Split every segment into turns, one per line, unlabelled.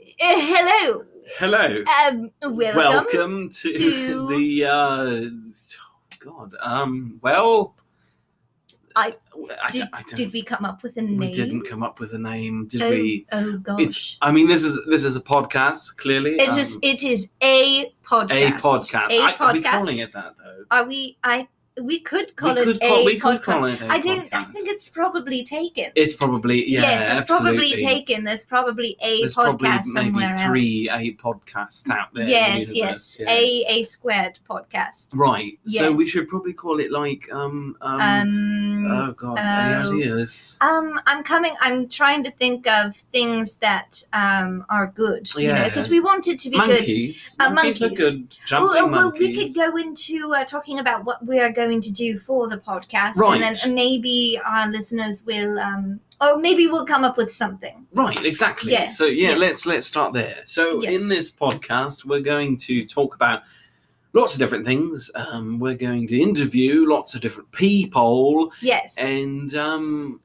Uh, hello.
Hello.
Um, welcome.
to,
to-
the uh oh god. Um well
I-
I,
Did,
don't- I don't,
did we come up with a name?
we didn't come up with a name, did
oh,
we?
oh gosh.
It's I mean this is this is a podcast, clearly.
It's
um,
just it is a podcast.
a podcast.
A
I, Are we
podcast.
calling it that though?
Are we? I we could call
we
it
could
a
call, we
podcast.
could call it a
I don't. I
podcast.
think it's probably taken.
It's probably yeah.
yes, it's
absolutely.
probably taken. There's probably a podcast
There's probably maybe
somewhere
three
else.
a podcasts out there. in the
yes, yes,
universe, yeah.
a a squared podcast.
Right. So we
Yes.
should probably call it like um um,
Um,
oh god, any
oh.
ideas?
Um, I'm coming. I'm trying to think of things that um are good. You know,
Yeah.
because we want it to be good.
Monkeys.
Uh,
monkeys are
monkeys.
good.
Oh,
Jumping
oh, well,
monkeys.
we could go into uh, talking about what we are going to do for the podcast,
Right.
and then maybe our listeners will, um, or maybe we'll come up with something.
Right, exactly.
Yes,
so yeah,
yes.
let's let's start there. So
Yes.
in this podcast, we're going to talk about lots of different things. Um, we're going to interview lots of different people,
Yes.
and um,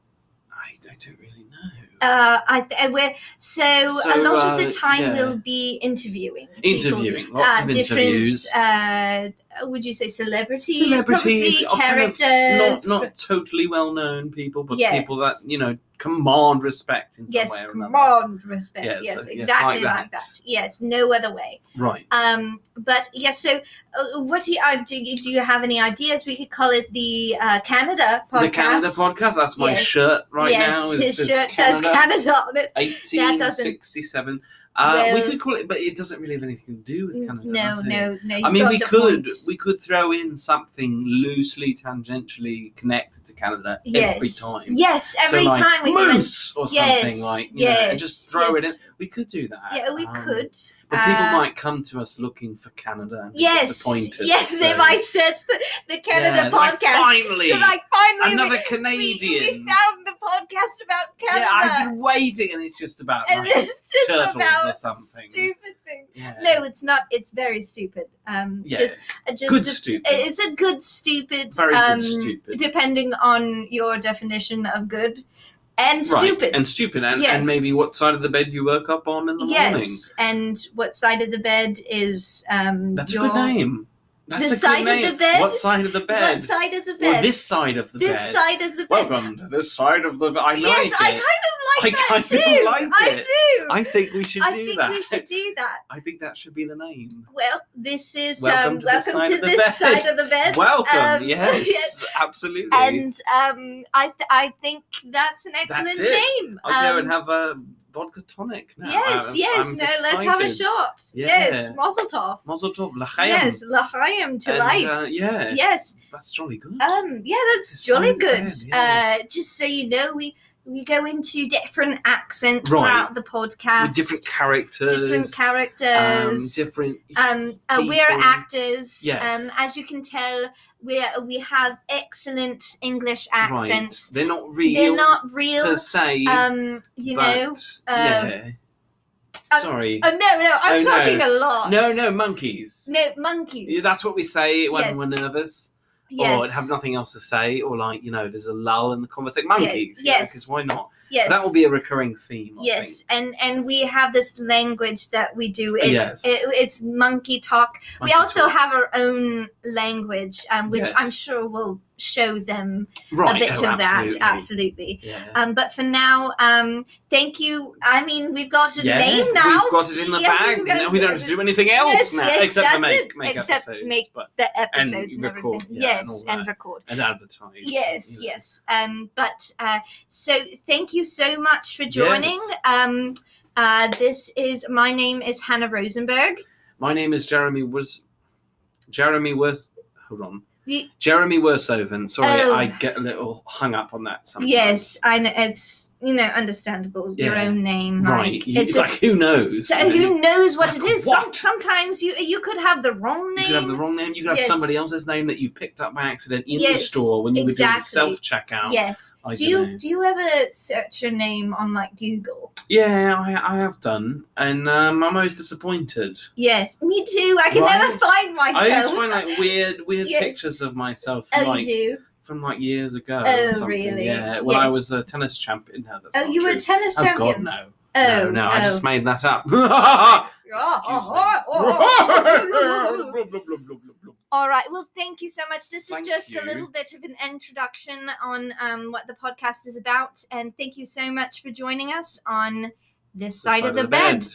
I, I don't really know.
Uh, I th- uh, we're so, a
So,
lot of
uh,
the time
yeah.
we'll be interviewing people,
interviewing, lots
uh,
of
different
interviews.
uh, would you say celebrities
Celebrities,
probably,
or kind of
characters
not not totally well known people, but people that
Yes.
you know command respect in some
yes
way or another.
command respect
Yes,
yes,
uh, yes,
exactly
like
like
that.
that yes no other way
Right.
Um, but yes, so uh, what do you, uh, do you do? You have any ideas? We could call it the uh, Canada podcast.
The Canada podcast. That's my
Yes.
shirt right
yes,
now. It
his
says
shirt says
Canada.
Canada on it. That doesn't-
1867. Uh, we
Well-
could call it, but it doesn't really have anything to do with Canada.
Mm, No,
does it?
no, no.
I
you've
mean,
got
we
a
could
point.
we could throw in something loosely tangentially connected to Canada
Yes.
every time.
Yes,
So,
every
like,
time we can-
moose or something
Yes,
like you know, and just
yes,
throw it in.
yes.
We could do that.
Yeah, we
um,
could.
But people
Uh,
might come to us looking for Canada. And be
Yes,
disappointed,
yes, they
so-
might search the, the Canada
Yeah, like,
podcast.
finally,
They're like finally,
another
we, we,
Canadian.
we found the podcast about Canada,
yeah, I've been waiting, and it's just about
and
like,
it's just
turtles or
about
something.
stupid things.
yeah.
No, it's not. It's very stupid. Um,
yeah,
just, uh, just
good
a-
stupid.
it's a good stupid.
Very good
um,
stupid.
Depending on your definition of good and
Right,
stupid.
and stupid, and, and
Yes.
maybe what side of the bed you woke up on in the morning.
yes, and what side of the bed is um?
That's
your,
a good name. That's
The
a good
side of
name.
the bed?
What side of the bed?
What side of the bed?
Or this side of the
This
bed.
side of the bed.
Welcome to this side of the bed. I
yes,
like
I
it.
kind of like
I
that
kind of
too.
like
I
it.
do.
I think we should
I
do
think
that.
we should do that.
I think that should be the name.
Well, this is
Welcome
um,
to this
welcome
side
to
of the
this
bed.
side of the bed. Um,
Welcome. yes,
yes.
absolutely.
and um, I th- I think that's an excellent
it.
name.
I'll go
Um,
and have a vodka tonic now.
yes,
I'm-
yes,
I'm
no, let's have a
excited.
shot.
Yeah.
Yes, Mazel Tov.
Mazel tov, l'chaim.
Yes, L'chaim to
And,
life.
uh, yeah,
yes,
that's jolly good.
um, yeah, that's
It's
jolly
sounds
good.
good, yeah.
uh, just so you know, we we go into different accents
Right.
throughout the podcast.
With different characters.
different
um,
characters.
different.
um, uh, we're
people.
actors.
Yes.
Um, as you can tell, we we have excellent English
right.
accents.
They're not real.
They're not real.
per se.
um, you
but,
know.
yeah.
um,
Sorry.
Oh no, no, I'm
Oh, no.
talking a lot.
no, no, monkeys.
no, monkeys.
Yeah, That's what we say when
Yes.
we're nervous
yes.
or have nothing else to say, or like, you know, there's a lull in the conversation. Monkeys.
yes.
Because why not?
Yes,
So that will be a recurring theme. I
Yes,
think.
and and we have this language that we do. It's
Yes.
it, it's monkey talk. we
Monkey
also
talk.
have our own language, um, which
Yes.
I'm sure will show them
right.
a bit
oh,
of that.
absolutely.
Absolutely.
Yeah.
Um, but for now, um, thank you. I mean, we've got a name now.
We've got it in the
Yes,
bag.
we've
and
got-
we don't have to do anything else
Yes,
now,
yes,
except for
that's
make,
it,
make
except
episodes,
make-
but,
the episodes and,
record,
everything.
yeah, and all
yes, and,
that.
record.
and advertise.
Yes,
you know.
yes. Um, but uh, so thank you so much for joining.
Yes.
Um, uh, this is my name is Hannah Rosenberg.
My name is Jeremy was Jeremy Wers. Hold on.
Ye-
Jeremy Wersoven. Sorry,
Oh.
I get a little hung up on that sometimes.
Yes, I know it's you know understandable your
Yeah.
own name,
Right.
Like,
You-
it's
It's, like
just
who knows?
so
And then
who knows what
like,
it is. Some,
what?
sometimes you you could have the wrong
You
name.
could have the wrong name. You could have
Yes.
somebody else's name that you picked up by accident in the
Yes,
store when you were doing
exactly.
the self checkout.
Yes.
I
Do you
dunno.
do you ever search your name on like Google?
Yeah, I, I have done, and um, I'm always disappointed.
Yes, me too. I can
Right.
never find myself.
I always find like weird, weird
Yeah.
pictures of myself
oh,
from,
you
like
do.
from like years ago. or
Oh,
something.
really?
Yeah, when I
Yes.
was a tennis champion. No, that's
Oh,
not
you were
true.
a tennis
Oh
champion.
God, no!
Oh,
no, no, I
oh.
just made that up.
Oh,
Excuse
oh,
me.
oh, oh, oh.
Blub, blub, blub, blub, blub, blub.
All right. Well, thank you so much. This
Thank
is just
you.
a little bit of an introduction on um, what the podcast is about. And thank you so much for joining us on this side, of the, bed.
bed.